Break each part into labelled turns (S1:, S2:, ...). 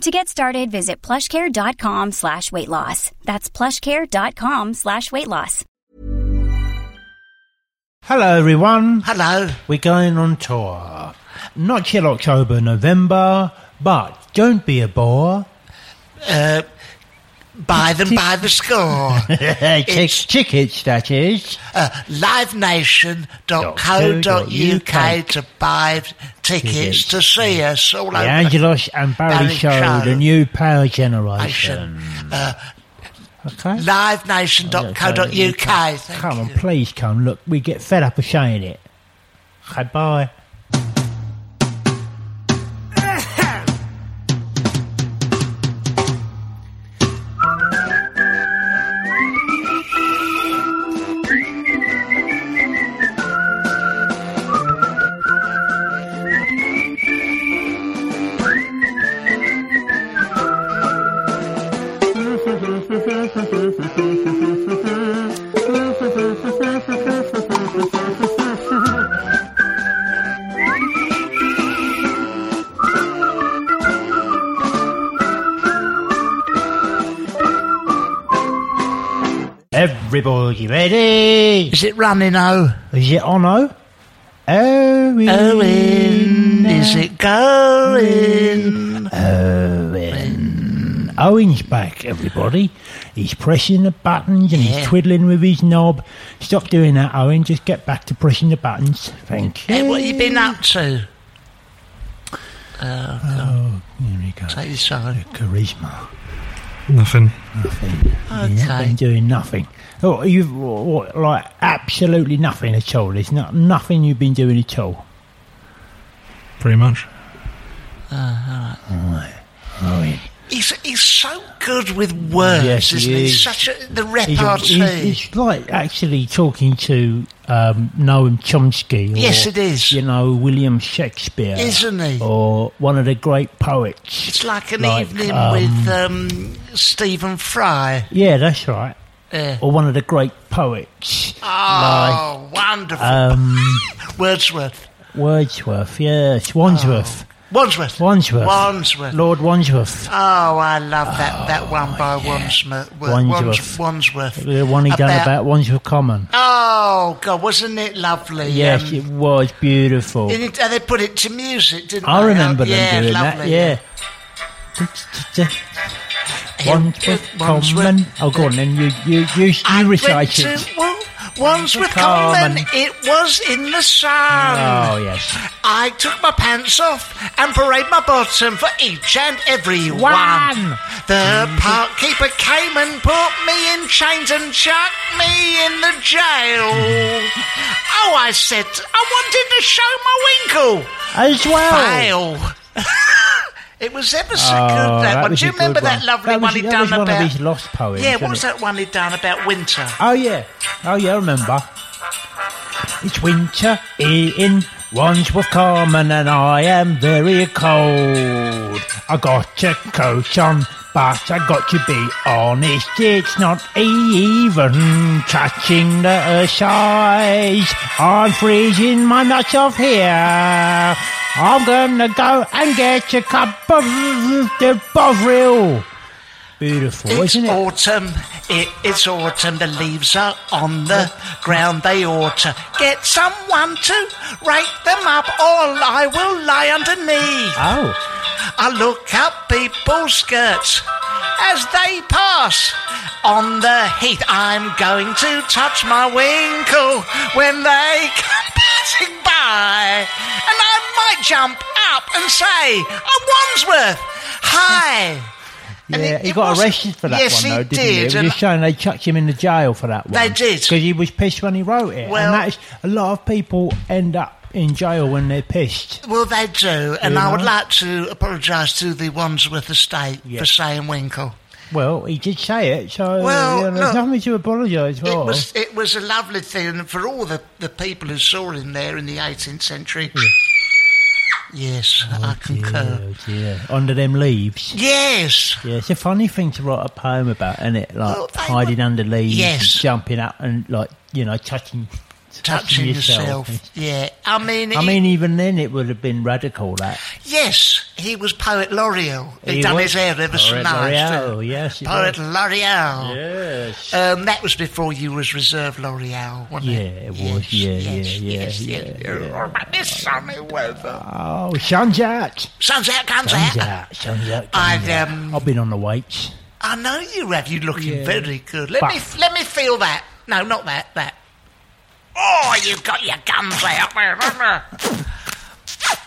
S1: To get started, visit plushcare.com slash weight loss. That's plushcare.com slash weight loss.
S2: Hello, everyone.
S3: Hello.
S2: We're going on tour. Not till October, November, but don't be a bore.
S3: Uh, buy them by the score.
S2: It's tickets, that is.
S3: Uh, livenation.co.uk to buy tickets to see us all
S2: The
S3: over.
S2: Angelos and Barry,
S3: Barry
S2: show,
S3: Show.
S2: the new power
S3: Nation.
S2: generation.
S3: Uh,
S2: Okay. uh,
S3: livenation.co.uk. Thank
S2: come on,
S3: you.
S2: please come. Look, we get fed up of saying it. Okay, bye. Everybody ready?
S3: Is it running, oh?
S2: Is it on O? Owen.
S3: Owen, is it going?
S2: Owen's back, everybody. He's pressing the buttons and he's
S3: Yeah.
S2: twiddling with his knob. Stop doing that, Owen. Just get back to pressing the buttons. Thank you.
S3: Hey, Eh, what have you been up to?
S2: Here we go.
S3: Take your time.
S2: Charisma.
S4: Nothing.
S2: You've not
S3: Okay.
S2: been doing nothing. Oh, you've what, like absolutely nothing at all. There's not nothing you've been doing at all.
S4: Pretty much.
S3: Oh,
S2: Owen.
S3: He's, he's so good with words,
S2: Yes, he
S3: isn't he?
S2: is.
S3: Such a, the
S2: It's,
S3: repartee.
S2: it's like actually talking to um, Noam Chomsky. Or,
S3: Yes, it is.
S2: You know, William Shakespeare.
S3: Isn't he?
S2: Or one of the great poets.
S3: It's like an
S2: Like,
S3: evening
S2: um,
S3: with um, Stephen Fry.
S2: Yeah, that's right.
S3: Yeah.
S2: Or one of the great poets.
S3: Oh, wonderful.
S2: Um,
S3: Wordsworth.
S2: Wordsworth, yes. Wandsworth.
S3: Wandsworth.
S2: Wandsworth.
S3: Oh. Wandsworth.
S2: Lord Wandsworth.
S3: Oh, I love that, that one by Wandsworth.
S2: Wandsworth.
S3: Wandsworth. Wandsworth.
S2: The one he done about Wandsworth Common.
S3: Oh, God, wasn't it lovely?
S2: Yes,
S3: Um,
S2: it was beautiful.
S3: and it- and they put it to music, didn't
S2: I
S3: they?
S2: remember
S3: Oh,
S2: them
S3: yeah,
S2: doing that.
S3: lovely.
S2: Yeah. Wandsworth Common. Oh, go on then. You you you, you recite
S3: Went
S2: it.
S3: to Wa- Wandsworth
S2: Common.
S3: Common. It was in the sun.
S2: Oh yes.
S3: I took my pants off and parade my bottom for each and every one.
S2: One.
S3: The park keeper came and put me in chains and chucked me in the jail. oh, I said I wanted to show my winkle.
S2: As well.
S3: Fail. it was ever so
S2: Oh,
S3: good that,
S2: that
S3: one.
S2: was
S3: Do you
S2: a good
S3: remember that
S2: one.
S3: lovely
S2: That was-
S3: one he
S2: that
S3: done
S2: was one of
S3: about?
S2: his lost poems,
S3: Yeah,
S2: wasn't
S3: what was
S2: it?
S3: that one he done about winter?
S2: Oh yeah. Oh yeah, I remember. It's winter in Wandsworth Common and I am very cold. I got a coat on, but I got to be honest, it's not even touching the size. I'm freezing my nuts off here. I'm gonna go and get a cup of the Bovril. Beautiful,
S3: It's
S2: isn't it?
S3: autumn. It is autumn. The leaves are on the ground. They ought to get someone to rake them up, or I will lie underneath.
S2: oh.
S3: I look up people's skirts as they pass on the heath. I'm going to touch my winkle when they come passing by, and I might jump up and say, "I'm Wandsworth. Hi." And
S2: yeah,
S3: it-
S2: he
S3: it
S2: got
S3: wasn't-
S2: arrested for that
S3: yes,
S2: one,
S3: he
S2: though, didn't he?
S3: did,
S2: It
S3: and-
S2: was showing they chucked him in the jail for that one.
S3: They did.
S2: Because he was pissed when he wrote it.
S3: Well-
S2: and that's a lot of people end up in jail when they're pissed.
S3: Well, they do, and
S2: You
S3: I would
S2: know?
S3: like to apologise to the Wandsworth estate
S2: Yes.
S3: for saying Winkle.
S2: Well, he did say it, so
S3: Well,
S2: you know, there's
S3: look,
S2: nothing to apologise for.
S3: It was it was a lovely thing for all the, the people who saw him there in the 18th century. Yes,
S2: Oh,
S3: I concur.
S2: Yeah, yeah. Under them leaves.
S3: Yes,
S2: Yeah, it's a funny thing to write a poem about, isn't it? Like
S3: Well, they
S2: hiding under leaves,
S3: Yes.
S2: and jumping up, and like you know, touching,
S3: touching yourself. Yeah, I mean,
S2: eh? I
S3: he-
S2: mean, even then, it would have been radical. That
S3: yes, he was poet L'Oreal. He,
S2: He
S3: done
S2: was
S3: his hair ever so
S2: Poet
S3: nice.
S2: L'Oreal,
S3: too.
S2: yes, he
S3: poet
S2: was.
S3: L'Oreal.
S2: yes,
S3: Um, that was before you was reserve L'Oreal, wasn't
S2: Yeah,
S3: it?
S2: it was. Yeah,
S3: yes,
S2: yeah, yeah,
S3: yes,
S2: yeah, yeah.
S3: But this sunny weather.
S2: oh, sun's out,
S3: Sun's out, comes
S2: sun's
S3: out.
S2: out, sun's out.
S3: I'd,
S2: sun's out.
S3: um,
S2: I've been on the weights.
S3: I know you have. You're looking
S2: Yeah.
S3: very good. Let me
S2: But-
S3: let me feel that. No, not that. That. Oh, you've got your gums out.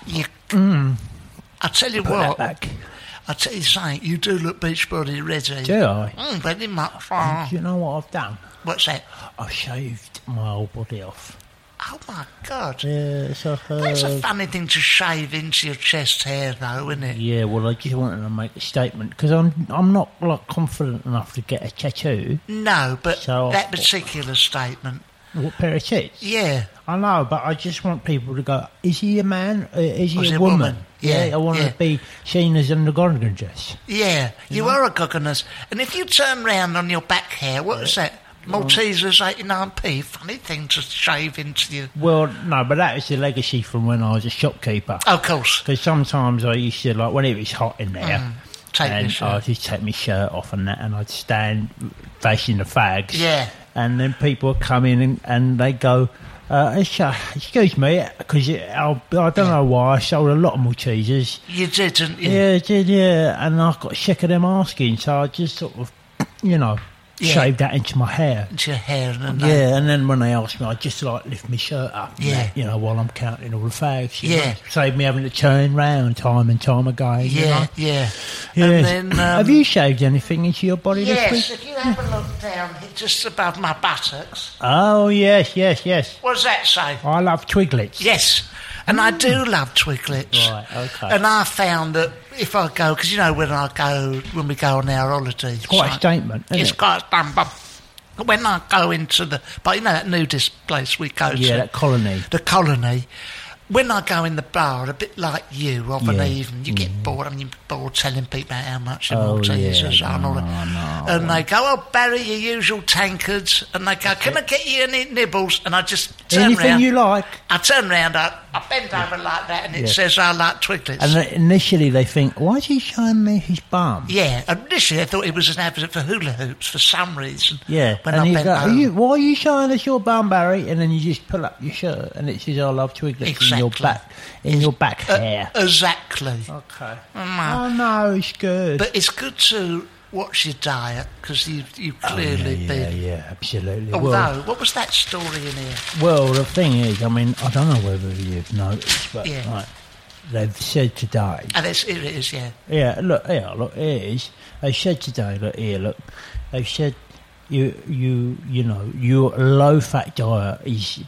S3: you. I tell you
S2: Mm. Put
S3: what.
S2: that back.
S3: I tell you something. You do look Beachbody ready.
S2: Do I?
S3: Mm, very much. Oh,
S2: Do you know what I've done?
S3: what's that?
S2: I've shaved my whole body off.
S3: Oh my God.
S2: Yeah, so,
S3: That's a funny thing to shave into your chest hair, though, isn't it?
S2: Yeah, well, I just wanted to make a statement because I'm I'm not like confident enough to get a tattoo.
S3: No, but
S2: So-
S3: that particular statement.
S2: What pair of tits?
S3: Yeah.
S2: I know, but I just want people to go. Is he a man? Uh, Is he
S3: Or is
S2: a,
S3: he a
S2: woman?
S3: woman? Yeah,
S2: I want
S3: yeah.
S2: to be seen as an Oregonian dress.
S3: Yeah, you are a coconut. And if you turn round on your back hair, what is that? Maltesers 89p. Funny thing to shave into you.
S2: Well, no, but that is the legacy from when I was a shopkeeper.
S3: Of course.
S2: Because sometimes I used to like when it was hot in there,
S3: Mm. Take
S2: and
S3: your shirt.
S2: I'd just take my shirt off and that, and I'd stand facing the fags.
S3: Yeah.
S2: And then people would come in and, and they go, uh, it's, uh, "Excuse me, because I don't know why I sold a lot of Maltesers."
S3: You didn't you?
S2: Yeah, I did yeah, and I got sick of them asking, so I just sort of, you know,
S3: Yeah.
S2: shaved that into my hair.
S3: Into your hair and that.
S2: Yeah, and then when they asked me, I just like lift my shirt up. and
S3: Yeah.
S2: that, you know, while I'm counting all the fags. you
S3: Yeah.
S2: know. save me having to turn round time and time again. you
S3: Yeah,
S2: know.
S3: yeah.
S2: Yes.
S3: And then. Um,
S2: Have you shaved anything into your body this
S3: Yes,
S2: week?
S3: if you have a look down here, just above my buttocks,
S2: Oh yes, yes, yes.
S3: what does that say?
S2: I love twiglets.
S3: Yes. And I do love twiglets.
S2: Mm. Right, okay.
S3: And I found that if I go, because you know when I go, when we go on our holidays,
S2: Quite a
S3: so-
S2: statement, isn't
S3: It's
S2: it?
S3: quite a statement. When I go into the, but you know that nudist place we go
S2: yeah,
S3: to,
S2: that colony.
S3: the colony. When I go in the bar, a bit like you, of an
S2: Yeah. Mm.
S3: evening, you get bored. I mean, you're bored telling people how much the
S2: Oh,
S3: Maltesers
S2: yeah,
S3: are and all that. And they go, oh, Barry, your usual tankards. And they go, can I get you any nibbles? And I just turn
S2: Anything
S3: round.
S2: you like.
S3: I turn round, I, I bend over like that, and it
S2: Yeah.
S3: says, I like twiglets.
S2: And they- initially they think, why is he showing me his bum?
S3: yeah, and initially I thought it was an advert for hula hoops for some reason.
S2: Yeah,
S3: When
S2: and
S3: I
S2: you
S3: bent
S2: go, are
S3: over.
S2: you, why are you showing us your bum, Barry? And then you just pull up your shirt, and it says, "I love twiglets in your
S3: Exactly.
S2: back, in your back
S3: Uh,
S2: hair."
S3: Exactly.
S2: Okay.
S3: Mm.
S2: Oh no, it's good.
S3: But it's good to watch your diet because you you clearly
S2: Oh, yeah, yeah,
S3: been.
S2: yeah, absolutely.
S3: Although,
S2: Well,
S3: what was Oh, that story in here?
S2: well, the thing is, I mean, I don't know whether you've noticed, but
S3: Yeah.
S2: like, they've said today.
S3: And it's, Oh, here it is, yeah.
S2: Yeah, look, yeah, look, here it is. They said today, look here, look. They said you, you, you know, your low-fat diet is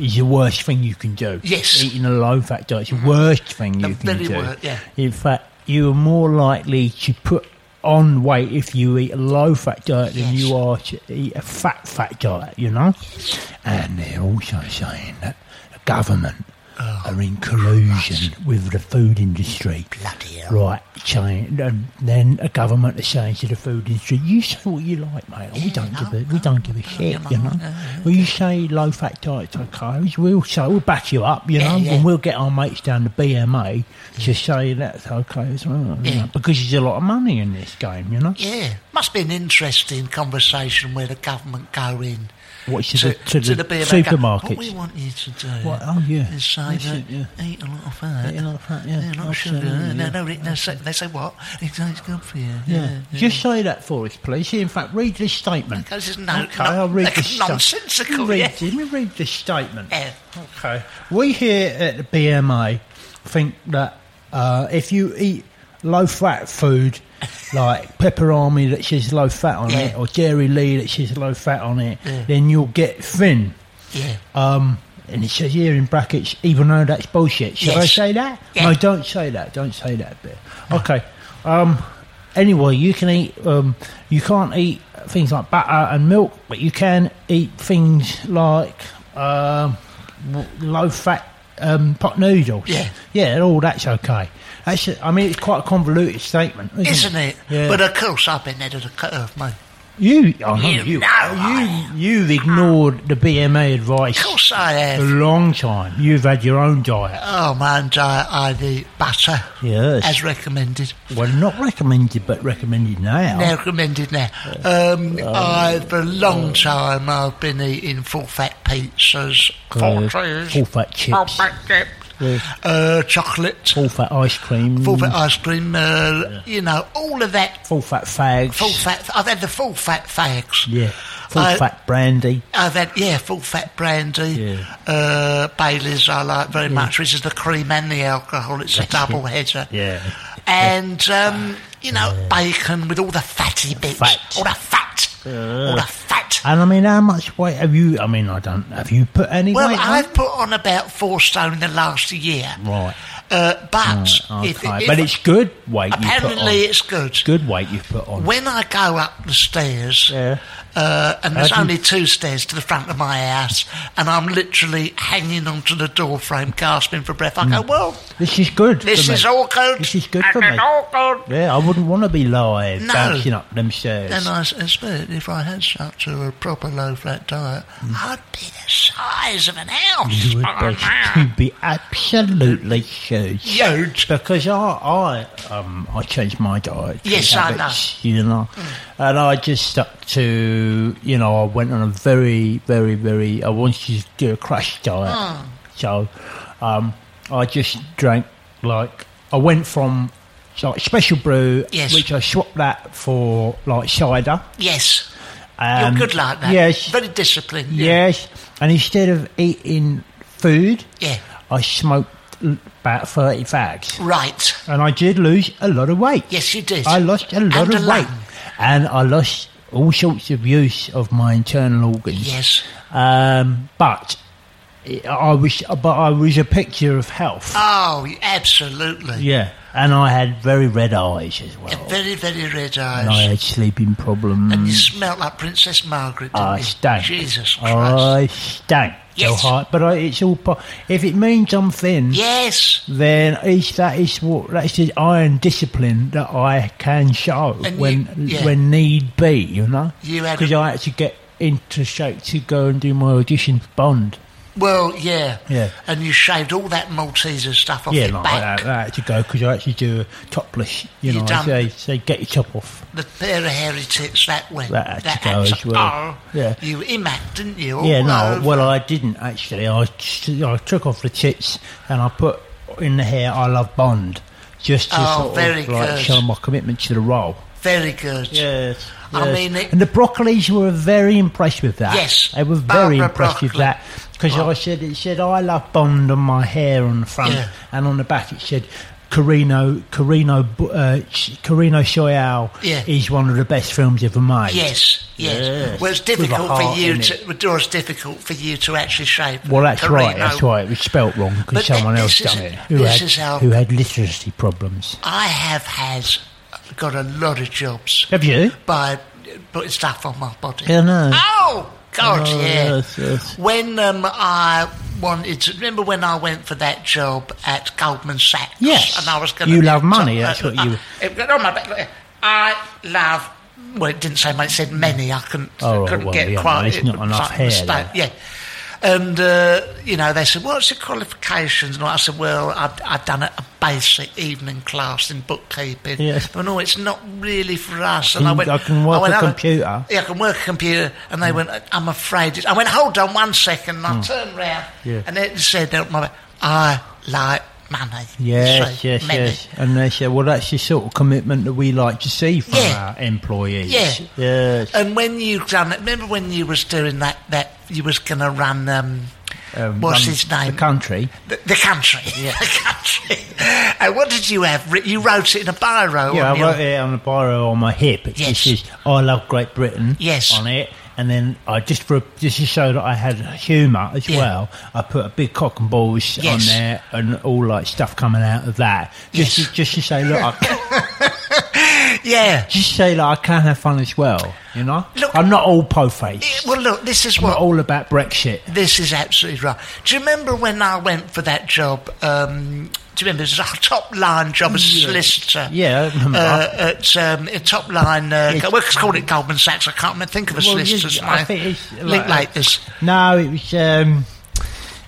S2: is the worst thing you can do.
S3: Yes. Mm-hmm.
S2: eating a low-fat diet is the worst thing you can
S3: very
S2: do.
S3: wor- yeah.
S2: In fact, you are more likely to put on weight if you eat a low-fat diet than
S3: Yes.
S2: you are to eat a fat-fat diet. You know, and they're also saying that the government.
S3: Oh.
S2: Are in collusion with the food industry.
S3: Bloody hell.
S2: Right, chain, and then a government is saying to the food industry, "You say what you like, mate. We don't give a we don't give a shit, you know. Well, you say low fat diet's okay. We'll say we'll back you up, you
S3: Yeah,
S2: know,
S3: yeah.
S2: and we'll get our mates down to BMA to say that's okay as well, you
S3: Yeah.
S2: know, because there's a lot of money in this game, you know.
S3: Yeah. Must be an interesting conversation where the government go in.
S2: What's to, the to, the,
S3: BMA go, What we
S2: supermarkets?
S3: want you to do
S2: What- oh, yeah.
S3: is say
S2: That's
S3: that
S2: it, yeah.
S3: eat a lot of fat.
S2: Eat a lot of fat, yeah.
S3: Eat a lot of sugar.
S2: Absolutely,
S3: No,
S2: yeah.
S3: no, they, say, they say what? It's, it's good for you.
S2: Yeah. Just say that for us, please. In fact, read this statement.
S3: Because it's no-
S2: okay,
S3: no-
S2: I'll read
S3: like
S2: this sta-
S3: nonsensical,
S2: Read,
S3: yeah.
S2: Let me read this statement.
S3: Yeah.
S2: Okay. We here at the BMA think that uh, if you eat low fat food, like pepperoni that says low fat on
S3: Yeah.
S2: it, or dairy lee that says low fat on it,
S3: Yeah.
S2: then you'll get thin.
S3: yeah.
S2: Um, and it says here in brackets, even though that's bullshit. Should I
S3: Yes.
S2: say that?
S3: Yeah.
S2: No, don't say that. Don't say that bit. Okay. Um, anyway, you can eat. Um, you can't eat things like butter and milk, but you can eat things like um, low-fat um, pot noodles.
S3: Yeah.
S2: yeah, all that's okay. Actually, I mean, it's quite a convoluted statement, isn't,
S3: Isn't it?
S2: Yeah.
S3: But of course, I've been head of the curve, mate.
S2: You, oh, no,
S3: You
S2: you,
S3: know I
S2: you, you've ignored the BMA advice
S3: Of course, I
S2: for a
S3: have.
S2: long time. You've had your own diet.
S3: Oh, man, diet, I eat butter.
S2: Yes.
S3: As recommended.
S2: Well, not recommended, but recommended now.
S3: Now recommended now. Um, I, for a long time, I've been eating full fat pizzas,
S2: Uh,
S3: full trees,
S2: full fat
S3: full
S2: chips,
S3: fat chips, uh, chocolate,
S2: full fat ice cream,
S3: full fat ice cream, uh, you know, all of that.
S2: full fat fags,
S3: Full fat. I've had the full fat fags.
S2: yeah, full
S3: I-
S2: fat brandy.
S3: I've had Uh, yeah, full fat brandy,
S2: Yeah.
S3: uh, Bailey's. I like very much. This is the cream and the alcohol. It's a double header.
S2: Yeah.
S3: and um, you know bacon with all the fatty bits,
S2: Fat. Uh.
S3: all the fat, all the fat.
S2: And I mean, how much weight have you? I mean, I don't. Have you put any
S3: Well,
S2: weight on?
S3: I've put on about four stone in the last year.
S2: Right.
S3: Uh, but
S2: Okay,
S3: if, if,
S2: but it's good weight. you put
S3: apparently
S2: on.
S3: it's good.
S2: good weight you've put on.
S3: When I go up the stairs,
S2: Yeah.
S3: uh, and there's
S2: How do
S3: only two stairs to the front of my house, and I'm literally hanging onto the door frame, gasping for breath. I go, well,
S2: This is Mm. good.
S3: this
S2: for me.
S3: is all good.
S2: This is good
S3: This
S2: for me.
S3: all good.
S2: Yeah, I wouldn't want to be live
S3: No.
S2: bouncing up them stairs.
S3: And I suspect if I had such a proper low fat diet, I'd be the size of an house.
S2: Mm. you would
S3: Oh,
S2: be, you'd be absolutely huge.
S3: Huge.
S2: Because I, I, um, I changed my diet.
S3: Yes, I know. Mm.
S2: habits, You know, and I just stuck to, you know, I went on a very, very, very. I wanted to do a crash diet,
S3: Mm.
S2: so um, I just drank like I went from like special brew,
S3: Yes.
S2: which I swapped that for like cider.
S3: Yes.
S2: Um,
S3: You're good like that.
S2: Yes,
S3: Very disciplined. Yeah.
S2: Yes, and instead of eating food,
S3: Yeah.
S2: I smoked l- about thirty fags,
S3: Right.
S2: and I did lose a lot of weight.
S3: Yes, you did.
S2: I lost a lot
S3: And
S2: of
S3: a
S2: weight,
S3: lung.
S2: and I lost all sorts of use of my internal organs.
S3: Yes.
S2: um, but it- I was, but I was a picture of health.
S3: Oh, absolutely.
S2: yeah, and I had very red eyes as well.
S3: Yeah, Very, very red
S2: and I
S3: eyes.
S2: had sleeping problems.
S3: And you smelt like Princess Margaret, didn't
S2: I
S3: you?
S2: stank.
S3: Jesus Christ.
S2: Oh, I stank.
S3: Yes.
S2: Ah, So hard, but I, it's all. Po- if it means I'm thin,
S3: Yes.
S2: then it's, that is what that's the iron discipline that I can show
S3: And
S2: when
S3: you- yeah.
S2: when need be. You know,
S3: You had-
S2: because I had to get into shape to go and do my audition for Bond.
S3: Well, yeah.
S2: Yeah.
S3: And you shaved all that Malteser stuff off
S2: yeah,
S3: your
S2: like
S3: back.
S2: that. I had to go because I actually do a topless. You,
S3: You
S2: know,
S3: done-
S2: they say get your top off.
S3: The pair of hairy tits that went.
S2: That had to go as well.
S3: Oh,
S2: Yeah.
S3: You imac, didn't you? Oh, All
S2: Yeah, no.
S3: over.
S2: Well, I didn't actually. I, t- I took off the tits and I put in the hair "I love Bond" just to
S3: Oh,
S2: sort of,
S3: very
S2: like,
S3: good.
S2: show my commitment to the role.
S3: Very good.
S2: Yes.
S3: I
S2: yes.
S3: mean, it-
S2: and the broccolis were very impressed with that.
S3: Yes,
S2: they were very
S3: Barbara
S2: impressed with
S3: Broccoli.
S2: that because I said it said I love Bond on my hair on the front
S3: Yeah.
S2: and on the back it said. Carino, Carino, Bu- uh, Ch- Carino Shoyal
S3: Yeah.
S2: is one of the best films ever made.
S3: Yes, yes.
S2: Yes.
S3: Well, it's
S2: With a
S3: difficult for
S2: heart
S3: you
S2: in
S3: to. It. was difficult for you to actually shave.
S2: Well, that's
S3: Carino.
S2: right. That's right. It was spelt wrong
S3: But
S2: because someone
S3: th-
S2: else
S3: this
S2: done
S3: is-
S2: it. Who
S3: this
S2: had,
S3: is how-
S2: who had literacy problems?
S3: I have had got a lot of jobs
S2: Have you?
S3: by putting stuff on my body.
S2: Yeah, no.
S3: Oh God,
S2: Oh,
S3: yeah.
S2: yes, yes.
S3: When um, I wanted to remember when I went for that job at Goldman Sachs.
S2: Yes.
S3: and I was going.
S2: You love money, that's what you-
S3: uh, It got on my back. I love. Well, it didn't say much. It said many. I couldn't.
S2: Oh,
S3: couldn't
S2: well,
S3: get
S2: yeah,
S3: quite.
S2: well, it's not
S3: it was
S2: enough
S3: like a
S2: hair
S3: mistake,
S2: there.
S3: Yeah. And uh, you know they said, "What's your qualifications?" And I said, "Well, I've, I've done a, a basic evening class in bookkeeping."
S2: Yes.
S3: But no, it's not really for us.
S2: can-
S3: I went,
S2: I can work
S3: went,
S2: a
S3: "Oh,
S2: computer."
S3: Yeah, I can work a computer. And
S2: Mm.
S3: they went, I'm afraid. It's, I went, hold on one second. And I turned round.
S2: Yeah.
S3: And it said, out my, I like money.
S2: Yes,
S3: So,
S2: yes,
S3: money.
S2: yes. And they said, well, that's the sort of commitment that we like to see from
S3: Yeah.
S2: our employees.
S3: Yeah.
S2: Yes.
S3: And when you done it, remember when you was doing that, that you was going to run, um,
S2: Um,
S3: what's
S2: run
S3: his name?
S2: The country.
S3: the, the country. the country. And what did you have? writ- You wrote it in a biro.
S2: Yeah,
S3: on
S2: I
S3: your-
S2: wrote it on the biro on my hip. It
S3: Yes.
S2: just says, I love Great Britain
S3: Yes.
S2: on it. And then I just for just to show that I had humour as
S3: Yeah.
S2: well, I put a big cock and balls
S3: Yes.
S2: on there and all like stuff coming out of that. Just
S3: Yes.
S2: to, just to say, look, I,
S3: Yeah.
S2: Just say like I can have fun as well. You know,
S3: Look-
S2: I'm not all po faced.
S3: Yeah, Well, look, this is
S2: I'm not
S3: what
S2: all about Brexit.
S3: This is absolutely right. Do you remember when I went for that job? Um, do you remember it was a top line job as a solicitor?
S2: Yeah, I remember.
S3: Uh, at um, a top line, uh,
S2: Yeah.
S3: well, it's called it Goldman Sachs. I can't remember. Think of a
S2: Well,
S3: solicitor's
S2: yeah, I
S3: name.
S2: think it's like-
S3: Link Laters.
S2: No, it was um,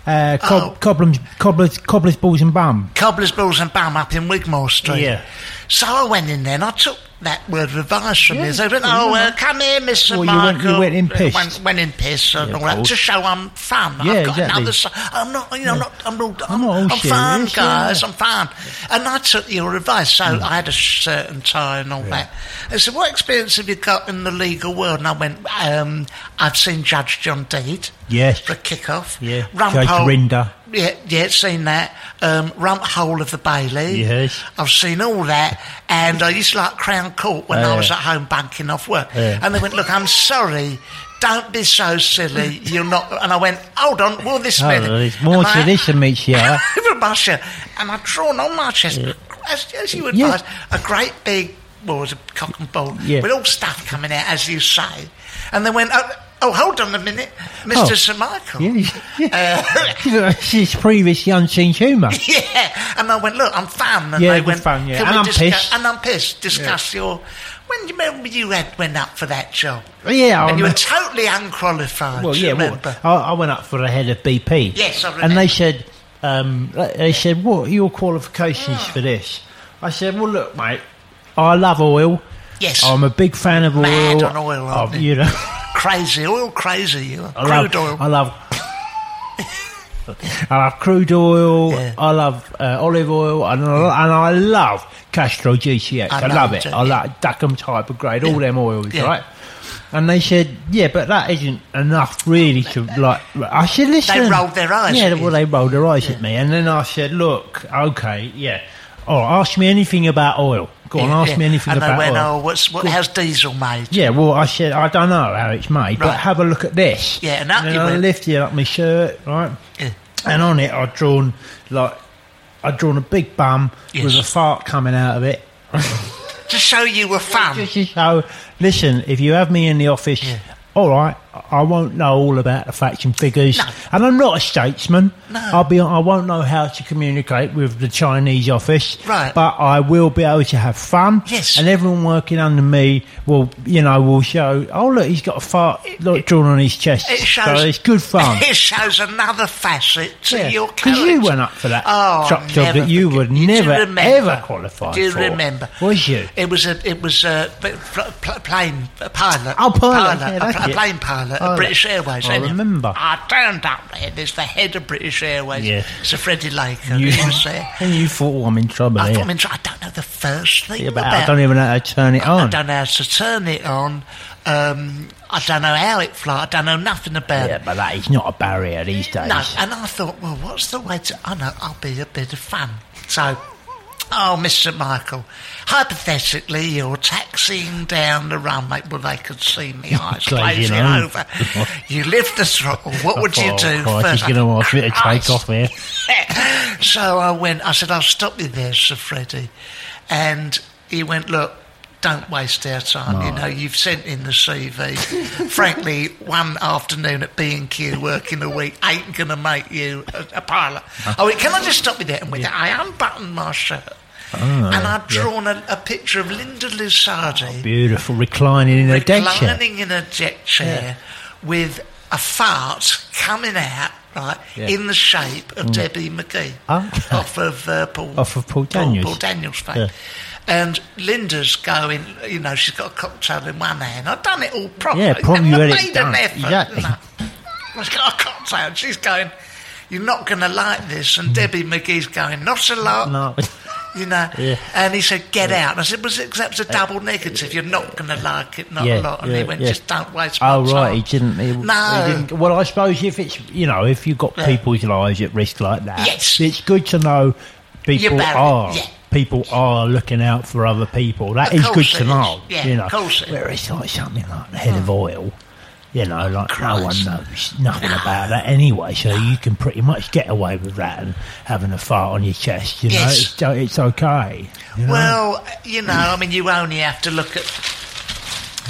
S2: uh, cob-
S3: Oh.
S2: Cobblers, Cobblers, Cobblers, Balls and Bum.
S3: Cobbler's Balls and Bum up in Wigmore Street.
S2: Yeah.
S3: So I went in there and I took that word of advice from you. They went, oh, uh, come here, Mr.
S2: Well, you went-
S3: Michael.
S2: you went in pissed.
S3: Went, went in pissed and
S2: Yeah,
S3: all
S2: of
S3: that
S2: course.
S3: to show I'm fun.
S2: Yeah,
S3: I've got
S2: exactly.
S3: another side. I'm not, you know, I'm not, I'm not, I'm,
S2: I'm not all
S3: I'm fun,
S2: serious,
S3: guys.
S2: yeah. Mm.
S3: I'm fun. And I took your advice. So I had a certain tie and all that. They said, what experience have you got in the legal world? And I went, um, I've seen Judge John Deed.
S2: Yes.
S3: For a kick-off.
S2: Yeah.
S3: Rump
S2: Judge
S3: hole-
S2: Rinder.
S3: Yeah, yeah, seen that. Um, rump hole of the Bailey.
S2: Yes.
S3: I've seen all that, and I used to like Crown Court when I
S2: Yeah.
S3: was at home bunking off work.
S2: Yeah.
S3: And they went, "Look, I'm sorry, don't be so silly. You're not." And I went, "Hold on, will this
S2: Oh,
S3: minute?"
S2: there's more
S3: And
S2: to
S3: I-
S2: this than meets the eye.
S3: Over Russia, and I drawn on my chest, as, as you
S2: Yeah.
S3: advised, a great big, well, it was a cock and bull,
S2: Yeah.
S3: with all stuff coming out, as you say. And they went, "Oh, oh hold on a minute, Mr.
S2: Oh.
S3: Sir Michael."
S2: Yeah,
S3: Uh,
S2: it's his previously unseen humour.
S3: Yeah, and I went, look, I'm fun. And
S2: Yeah,
S3: they
S2: good
S3: went,
S2: fun, yeah.
S3: "Can
S2: And
S3: we
S2: I'm
S3: discuss-
S2: pissed."
S3: And I'm pissed. Discuss your. When do you remember you had went up for that job?
S2: Yeah,
S3: and
S2: I'm-
S3: you were totally unqualified.
S2: Oh, Well,
S3: do you
S2: yeah, well,
S3: remember?
S2: I, I went up for the head of BP.
S3: Yes, I
S2: And
S3: remember.
S2: they said, um, they said, what are your qualifications
S3: Mm.
S2: for this? I said, well, look, mate, I love oil.
S3: yes,
S2: I'm a big fan of
S3: Mad
S2: oil.
S3: on oil,
S2: Oh,
S3: aren't you?
S2: you know,
S3: crazy oil, crazy you. are.
S2: I love,
S3: Crude oil.
S2: I love. I love crude oil.
S3: Yeah.
S2: I love uh, olive oil, and I, and I love Castro GCX.
S3: I
S2: I,
S3: love
S2: love
S3: it,
S2: it.
S3: yeah.
S2: I like Duckham type of grade. All them oils,
S3: Yeah.
S2: right? And they said, "Yeah, but that isn't enough, really." To like, I said, "Listen."
S3: rolled their eyes
S2: Yeah,
S3: at you.
S2: well, they rolled their eyes at me, and then I said, "Look, okay, yeah. Oh, ask me anything about oil. Go on,
S3: Yeah,
S2: ask
S3: yeah.
S2: me anything
S3: and
S2: about
S3: they went,
S2: oil."
S3: oh, what's what? How's diesel made?
S2: Yeah, well, I said, I don't know how it's made,
S3: Right.
S2: but have a look at this.
S3: Yeah, and up
S2: then
S3: you
S2: I
S3: went.
S2: lifted up my shirt, right?
S3: Yeah.
S2: And on it, I'd drawn, like, I'd drawn a big bum
S3: Yes.
S2: with a fart coming out of it.
S3: To show you were fun.
S2: Just to show, listen, if you have me in the office,
S3: Ah. Yeah.
S2: all right, I- I won't know all about the facts and figures.
S3: No.
S2: And I'm not a statesman.
S3: No.
S2: I'll be, I won't know how to communicate with the Chinese office.
S3: Right.
S2: But I will be able to have fun.
S3: Yes.
S2: And everyone working under me will, you know, will show, oh, look, he's got a fart like, drawn on his chest.
S3: It shows.
S2: So it's good fun.
S3: It shows another facet to your
S2: Because
S3: character.
S2: you went up for that
S3: Oh,
S2: truck job
S3: never
S2: that you
S3: forget-
S2: would
S3: You do
S2: never
S3: remember.
S2: ever qualify
S3: Do you
S2: for.
S3: remember?
S2: Was you?
S3: It was a it was a p- pl- pl- plane a pilot.
S2: Oh, pilot, yeah,
S3: a,
S2: that's
S3: pl- a
S2: it.
S3: plane pilot, at
S2: Pilot.
S3: British Airways.
S2: I
S3: ain't it?
S2: remember.
S3: I turned up there. There's the head of British Airways,
S2: Yeah.
S3: Sir Freddie Laker.
S2: You,
S3: He was there.
S2: and you thought, oh, I'm in trouble
S3: I
S2: here.
S3: thought, I, mean, I don't know the first thing
S2: Yeah, but
S3: about.
S2: I don't even know how to turn it
S3: I
S2: on.
S3: don't know how to turn it on. Um, I don't know how it flies. I don't know nothing about
S2: Yeah,
S3: it.
S2: but that is not a barrier these days.
S3: No, and I thought, well, what's the way to? I know I'll be a bit of fun. So, oh, Mr. Michael, hypothetically, you're taxiing down the runway. Well, they could see me eyes
S2: Glazing
S3: glazing over.
S2: over.
S3: you lift the throttle. What would you
S2: Oh,
S3: do
S2: Christ,
S3: first?
S2: He's going to ask me to take
S3: Christ.
S2: off here.
S3: so I went. I said, "I'll stop you there, Sir Freddie," and he went, "Look." Don't waste our time. You know, you've sent in the CV. Frankly, one afternoon at B and Q working a week ain't going to make you a, a pilot. Oh, wait, can I just stop you there? And with that, I unbuttoned my shirt and I'd drawn a, a picture of Linda Lusardi
S2: Beautiful, reclining in a deck chair.
S3: reclining in a deck chair with a fart coming out, right,
S2: Yeah.
S3: in the shape of Debbie McGee
S2: Oh.
S3: off of uh, Paul
S2: Off of Paul Daniels.
S3: Paul, Daniels' face.
S2: Yeah.
S3: And Linda's going, you know, she's got a cocktail in one hand. I've done it all properly.
S2: Yeah, probably you had
S3: I've
S2: it
S3: made an
S2: done.
S3: effort,
S2: Exactly.
S3: you know. She's got a cocktail. and She's going, you're not going to like this. And Debbie McGee's going, not a lot.
S2: Mm. No.
S3: You know,
S2: Yeah. Uh,
S3: and he said, "Get out." And I said, "Was it? That was a double negative. You're not going to like it, not
S2: Yeah,
S3: a lot." And he
S2: yeah,
S3: went,
S2: yeah.
S3: "Just don't waste my
S2: Oh
S3: time."
S2: right, he didn't. He, he
S3: No.
S2: didn't- well, I suppose if it's you know if you've got
S3: Yeah.
S2: people's lives at risk like that,
S3: Yes.
S2: it's good to know people
S3: better-
S2: are
S3: yeah.
S2: people are looking out for other people. That
S3: Of
S2: is
S3: course
S2: good
S3: it
S2: to
S3: is.
S2: know.
S3: Yeah,
S2: you know,
S3: of course it is. Hmm.
S2: whereas like something like the head of oil, You know, like no one
S3: Christ.
S2: knows nothing about that anyway, so you can pretty much get away with that and having a fart on your chest. You know,
S3: Yes.
S2: it's, so- it's okay. you know?
S3: Well, you know, I mean, you only have to look at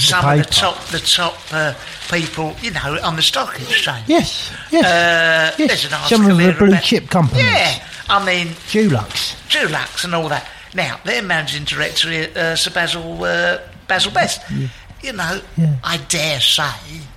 S3: some of the
S2: paper.
S3: top, the top uh, people, you know, on the stock exchange.
S2: yes, yes,
S3: Uh,
S2: yes.
S3: There's an article
S2: Some of the
S3: here
S2: blue
S3: about-
S2: chip companies,
S3: Yeah, I mean,
S2: Dulux.
S3: Dulux and all that. Now, their managing director, uh, Sir Basil uh, Basil Best, you know,
S2: Yeah. Mm.
S3: I dare say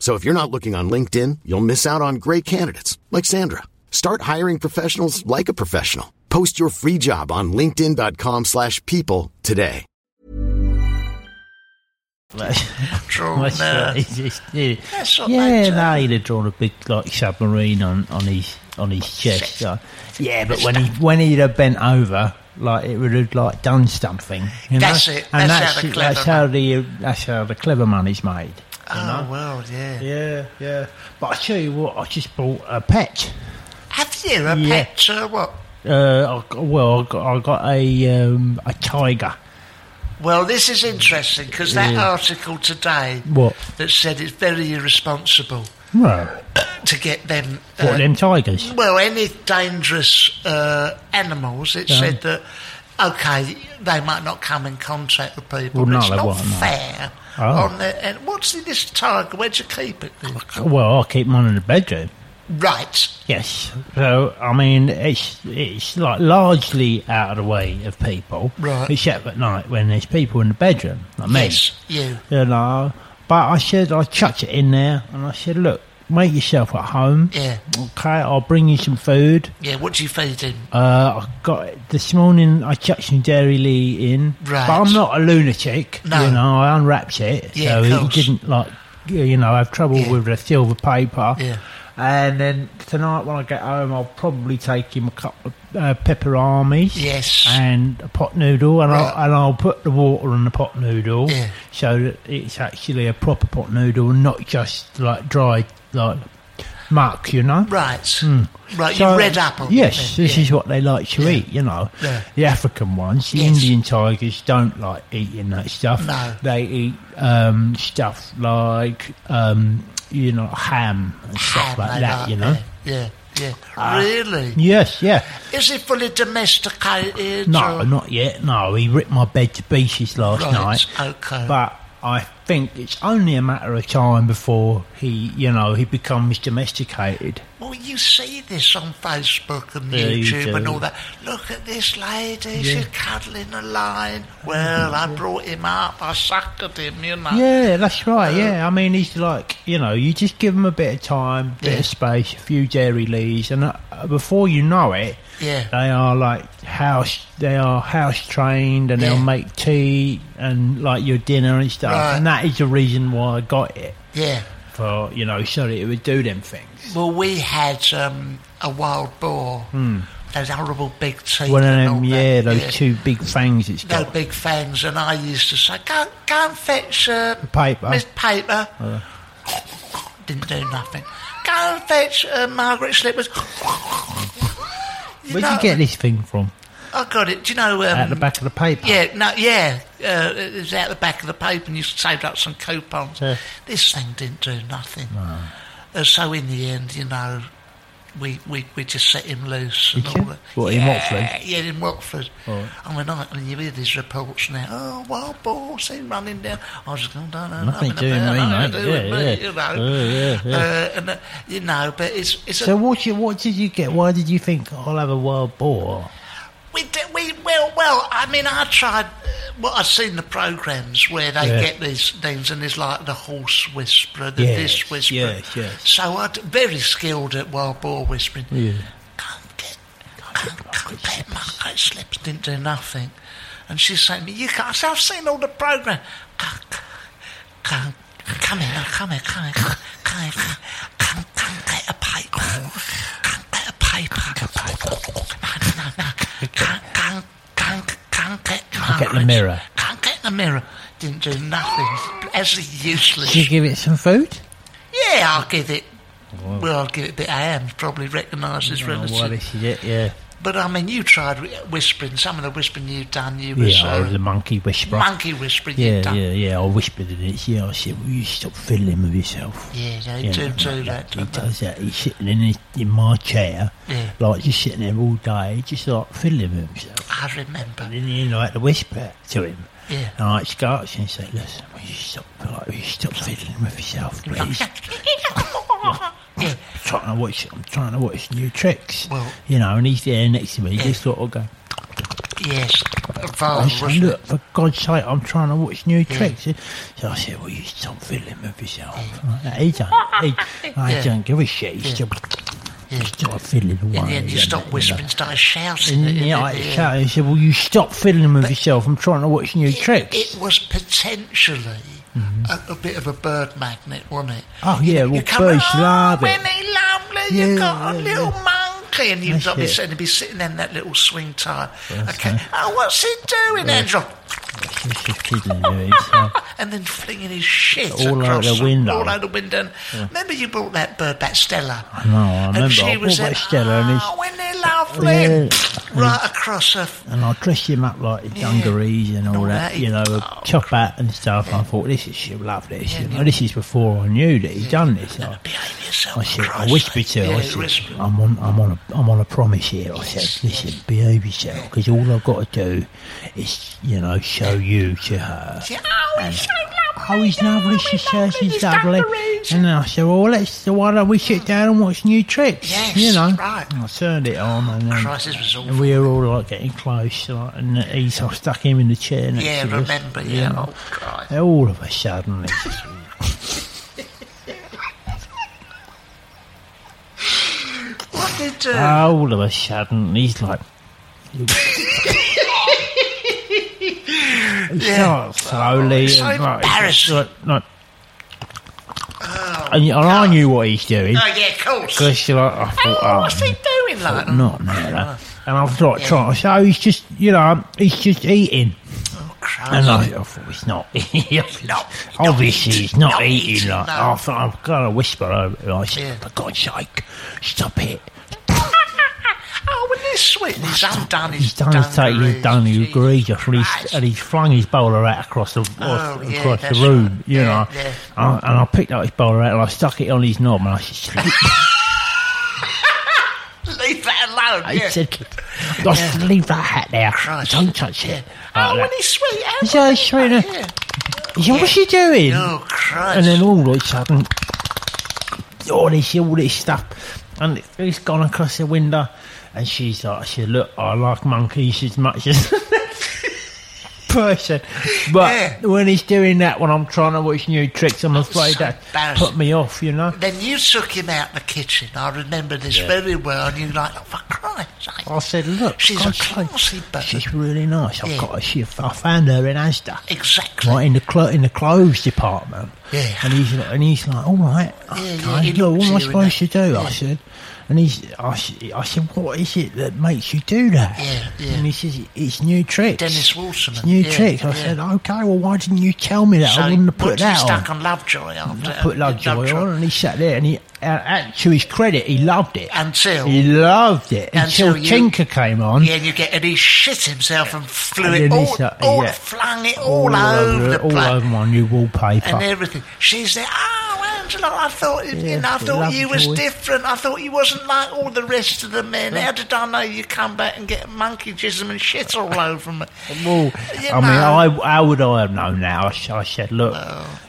S5: So if you're not looking on LinkedIn, you'll miss out on great candidates like Sandra. Start hiring professionals like a professional. Post your free job on linkedin.com/people slash people today.
S3: Drawn,
S2: That's
S3: uh,
S2: what he just did.
S3: That's what
S2: yeah,
S3: they do.
S2: no, he'd have drawn a big like submarine on, on his on his chest. like. Yeah, but when he when he'd have bent over, like it would have like done something. You know?
S3: That's it.
S2: And
S3: That's
S2: that's
S3: how the clever
S2: that's how the that's how the clever money's made.
S3: oh, well, yeah.
S2: Yeah, yeah. But I tell you what, I just bought a pet.
S3: Have you a
S2: Yeah.
S3: pet or what?
S2: Uh, I got- well, I got, I got a um, a tiger.
S3: Well, this is interesting because that article today
S2: What?
S3: that said it's very irresponsible
S2: Well,
S3: to get them. uh,
S2: what them tigers?
S3: Well, any dangerous uh, animals, it
S2: Yeah.
S3: said that, okay, they might not come in contact with people,
S2: Well,
S3: but
S2: no,
S3: it's
S2: they
S3: not
S2: won't, no.
S3: fair.
S2: Oh.
S3: On the, and what's in this tiger? Where'd you keep it? then?
S2: Well, I keep mine in the bedroom.
S3: Right.
S2: Yes. So I mean, it's it's like largely out of the way of people,
S3: Right.
S2: Except at night when there's people in the bedroom, like
S3: Yes, you.
S2: me. You know. But I said I chucked it in there, and I said, look, make yourself at home.
S3: Yeah.
S2: Okay, I'll bring you some food.
S3: Yeah, what do you feed him?
S2: Uh, I got it this morning. I chucked some dairy lee in,
S3: Right.
S2: but I'm not a lunatic.
S3: No.
S2: you know, I unwrapped it,
S3: Yeah, of
S2: so
S3: course.
S2: he didn't like, you know, have trouble
S3: Yeah.
S2: with the silver paper.
S3: Yeah.
S2: And then tonight when I get home, I'll probably take him a couple of uh, pepper armies.
S3: Yes.
S2: And a pot noodle, and
S3: Right.
S2: I'll and I'll put the water in the pot noodle,
S3: Yeah.
S2: so that it's actually a proper pot noodle, not just like dried like muck, you know.
S3: Right. Right,
S2: hmm. So-
S3: you read apple.
S2: Yes,
S3: then,
S2: this
S3: yeah.
S2: is what they like to eat. You know,
S3: Yeah.
S2: the African ones, the
S3: Yes.
S2: Indian tigers don't like eating that stuff.
S3: No.
S2: They eat um, stuff like um, you know ham and stuff
S3: Ham
S2: like that. you know. Uh,
S3: Yeah, yeah. really?
S2: Yes, yeah.
S3: Is he fully domesticated?
S2: No,
S3: or-
S2: not yet. No, he ripped my bed to pieces last
S3: Right, Uh.
S2: night.
S3: okay.
S2: But I think it's only a matter of time before he, you know, he becomes domesticated.
S3: Well, you see this on Facebook and
S2: Yeah, you
S3: YouTube and
S2: do.
S3: all that. Look at this lady,
S2: Yeah.
S3: she's cuddling a lion. Well, I brought him up, I suckled him, you know.
S2: Yeah, that's
S3: uh,
S2: right. Yeah, I mean, he's like, you know, you just give him a bit of time, bit
S3: Yeah.
S2: of space, a few dairy leaves, and uh, before you know it,
S3: Yeah.
S2: they are like house, they are house trained, and
S3: Yeah.
S2: they'll make tea and like your dinner and stuff.
S3: Right.
S2: And that is the reason why I got it
S3: Yeah.
S2: for you know, so that it would do them things.
S3: Well, we had um, a wild boar. Those horrible big teeth.
S2: Hmm. One of
S3: and all
S2: them, yeah,
S3: that.
S2: those two big fangs it's
S3: No
S2: got.
S3: big fangs, and I used to say, "Go, go and fetch uh,
S2: paper.
S3: Miss Paper."
S2: Uh.
S3: Didn't do nothing. Go and fetch uh, Margaret Slippers.
S2: Where'd
S3: know-
S2: you get this thing from?
S3: I got it. Do you know? Um,
S2: Out the back of the paper.
S3: Yeah, no, yeah. Uh, it was out the back of the paper, and you saved up some coupons.
S2: Yeah.
S3: This thing didn't do nothing. Uh, so in the end, you know, we we, we just set him loose and
S2: Did
S3: all
S2: you?
S3: that.
S2: What, in
S3: yeah,
S2: Watford?
S3: Yeah, in Watford.
S2: Right.
S3: I mean, I, I mean, you hear these reports now. Oh, wild boar seen running down. I was just going, no, no,
S2: Nothing
S3: no,
S2: doing
S3: no,
S2: me,
S3: no,
S2: mate.
S3: do with
S2: Yeah,
S3: me,
S2: yeah. Oh,
S3: You know,
S2: Yeah, yeah, yeah.
S3: Uh, and, uh, you know, but it's it's a
S2: So what? You, what did you get? Why did you think I'll have a wild boar?
S3: We, d we well, well. I mean, I tried. Well, I've seen the programs where they
S2: Yeah.
S3: get these things, and it's like the horse whisperer, the
S2: Yes,
S3: this whisperer.
S2: yes, yes.
S3: So I'm very skilled at wild boar whispering. Come get, come, come get Margaret Slips. Didn't do nothing, and she's saying, to me, "You can't." I said, I've seen all the program. Come, come, come, Come here, come here, come here, come here, come, come, come get a paper. Come get a paper. No, no, no, no. Come, come, come, come get
S2: get the
S3: Margaret.
S2: mirror.
S3: Come get the mirror. Didn't do nothing. Absolutely useless.
S2: Did you give it some food?
S3: Yeah, I'll give it. Well, I'll give it a bit of ham. Probably recognise his relative.
S2: Oh, well, this is it, yeah.
S3: But I mean, you tried whi- whispering. Some of the whispering you've done, you was
S2: Yeah, I
S3: uh,
S2: was a monkey whisperer.
S3: monkey whispering. you've
S2: yeah,
S3: done.
S2: yeah, yeah. I whispered in it. Yeah, I said, "Will you stop fiddling with yourself?"
S3: Yeah, they
S2: You
S3: do
S2: know,
S3: do
S2: like
S3: that,
S2: He
S3: don't they?
S2: does that. He's sitting in his, in my chair,
S3: Yeah.
S2: like just sitting there all day, just like fiddling with himself.
S3: I remember.
S2: And then you know, I had to whisper to him.
S3: Yeah.
S2: And I scratched and said, "Listen, will you stop? Like, will you stop fiddling with yourself, please?"
S3: yeah,
S2: trying to watch. I'm trying to watch new tricks.
S3: Well-
S2: you know, and he's there next to me, just sort of going.
S3: yes.
S2: I
S3: Vile,
S2: said,
S3: wasn't
S2: look,
S3: it?
S2: for God's sake, I'm trying to watch new tricks. So I said, well, you stop fiddling with yourself. Like that. He don't, he, I
S3: Yeah.
S2: don't give a shit. He's still, he's still fiddling away.
S3: In the end, you
S2: and
S3: stopped uh,
S2: that,
S3: whispering, started shouting.
S2: And
S3: at him,
S2: yeah, I
S3: didn't you?
S2: shouted, he said, well, you stop fiddling with yourself. I'm trying to watch new tricks.
S3: It was potentially a, a bit of a bird magnet, wasn't it?
S2: Mm-hmm. Oh, yeah, well,
S3: you come
S2: birds
S3: oh,
S2: love it.
S3: Winnie, lovely, you've
S2: Yeah,
S3: got a
S2: yeah,
S3: little monkey. And you've
S2: That's
S3: got to be
S2: it.
S3: sitting, to be sitting in that little swing tire. okay. Oh, what's he doing, Andrew?
S2: He's just fiddling with himself.
S3: And then flinging his shit
S2: All out
S3: across
S2: the window.
S3: All out the window. And Remember you brought that bird back, Stella? I
S2: know, I remember.
S3: And she
S2: I
S3: was
S2: brought
S3: there,
S2: back Stella and he's-
S3: oh, Winnie, lovely. Right across her.
S2: And I dressed him up like his dungarees and all
S3: All
S2: that,
S3: that.
S2: you know,
S3: Oh,
S2: a top hat and stuff. I thought, this is, she'll love this. you
S3: Yeah.
S2: know, this is before I knew that he'd done this. I-
S3: Behave yourself.
S2: Oh. I said, I
S3: Christ.
S2: whispered to her, I
S3: Yeah, you
S2: said,
S3: whispered.
S2: I'm on, I'm on, a, I'm on a promise here. I said, listen, behave yourself, because all I've got to do is, you know, show you to her.
S3: Yeah, oh, he's so lovely.
S2: Oh, he's lovely, she says he's lovely. And then I said, well, let's, why don't we sit down and watch new tricks?
S3: Yes,
S2: you know.
S3: right.
S2: And I turned it on and then...
S3: Christ, this was
S2: And
S3: awful.
S2: we were all like getting close, like, and he's, I stuck him in the chair next
S3: Yeah,
S2: to Uh, us,
S3: remember,
S2: you
S3: yeah.
S2: know.
S3: Oh, Christ.
S2: And all of a sudden, it's just-
S3: What did uh, do?
S2: all of a sudden, he's like,
S3: yeah.
S2: Oh, slowly.
S3: so
S2: and like,
S3: embarrassing.
S2: like- like- and, and I knew what he's doing.
S3: Oh, yeah, of course.
S2: Because she like, I thought,
S3: Oh,
S2: oh,
S3: what's he doing like that?
S2: not
S3: Ah.
S2: now. And I was like trying to so he's just, you know, he's just eating.
S3: Oh, Christ.
S2: And I, I thought, he's not. Obviously, he's not,
S3: Not
S2: eating.
S3: eating,
S2: like,
S3: no.
S2: I thought, I've got to whisper over it. I said,
S3: Yeah.
S2: for God's sake, stop it.
S3: oh, when he's sweating, he's undone his
S2: He's done his take, he's done his
S3: dungarees.
S2: egregious, and he's,
S3: Christ.
S2: and he's flung his bowler out across the
S3: Oh, yeah,
S2: across
S3: that's
S2: the room,
S3: right.
S2: you
S3: Yeah,
S2: know.
S3: yeah.
S2: I, and I picked up his bowler out and I stuck it on his knob and I said,
S3: Leave that alone.
S2: I
S3: Yeah.
S2: said, just leave that hat there.
S3: Christ.
S2: Don't touch it.
S3: oh,
S2: Like
S3: when
S2: Ah, that.
S3: he's sweating.
S2: He said, "Oh, sweating, uh,
S3: Yeah.
S2: he said, what's he doing?
S3: Oh, Christ.
S2: And then all of a sudden, all this, all this stuff, and he's gone across the window. And she's like, she said, look, I like monkeys as much as person. But
S3: Yeah. Oh,
S2: when he's doing that, when I'm trying to watch new tricks, I'm afraid
S3: so
S2: that
S3: embarrassing.
S2: put me off, you know?
S3: Then you took him out the kitchen. I remember this very well. And you were like, oh, for Christ's sake.
S2: I said, look,
S3: She's a
S2: God's sake,
S3: classy bird.
S2: She's really nice. I've
S3: Yeah.
S2: got her. She, I found her in Asda.
S3: Exactly.
S2: Right in the clo- in the clothes department.
S3: Yeah.
S2: And he's like, and he's like, all right,
S3: yeah,
S2: okay,
S3: he
S2: look, what am I
S3: looks you in
S2: supposed to do?
S3: that.
S2: I
S3: Yeah.
S2: said, and he's, I, s- I said, what is it that makes you do that?
S3: Yeah, yeah.
S2: And he says, it's new tricks.
S3: Dennis Waterman.
S2: It's new
S3: Yeah,
S2: tricks. I
S3: yeah.
S2: said, okay, well, why didn't you tell me that?
S3: So
S2: I wouldn't have put
S3: once he
S2: that
S3: stuck
S2: on.
S3: on Lovejoy after
S2: I put Lovejoy on, and he sat there, and he, uh, and to his credit, he loved it.
S3: Until-
S2: he loved it until,
S3: until you-
S2: Tinker came on.
S3: Yeah, and you get and he shit himself and flew
S2: and
S3: it
S2: then
S3: all,
S2: he sat-
S3: all
S2: yeah.
S3: flung it all, over, the
S2: all
S3: place
S2: over my new wallpaper.
S3: and everything. She's there. Oh, Angela, I thought you know, I
S2: Yeah,
S3: thought you was
S2: Lovejoy.
S3: different. I thought you wasn't like all the rest of the men. How did I know you come back and get monkey jism and shit all over me?
S2: Well,
S3: You
S2: I mean,
S3: know.
S2: I, how would I have known now? I, s- I said, look,